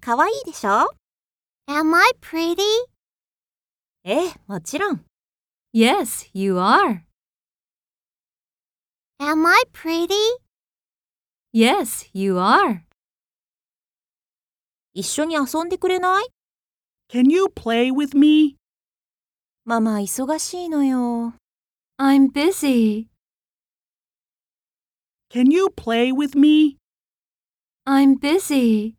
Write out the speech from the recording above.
可愛いでしょ Am I pretty? ええ、もちろん。 Yes, you are. Am I pretty? Yes, you are. 一緒に遊んでくれない Can you play with me? ママ忙しいのよ。 I'm busy. Can you play with me? I'm busy.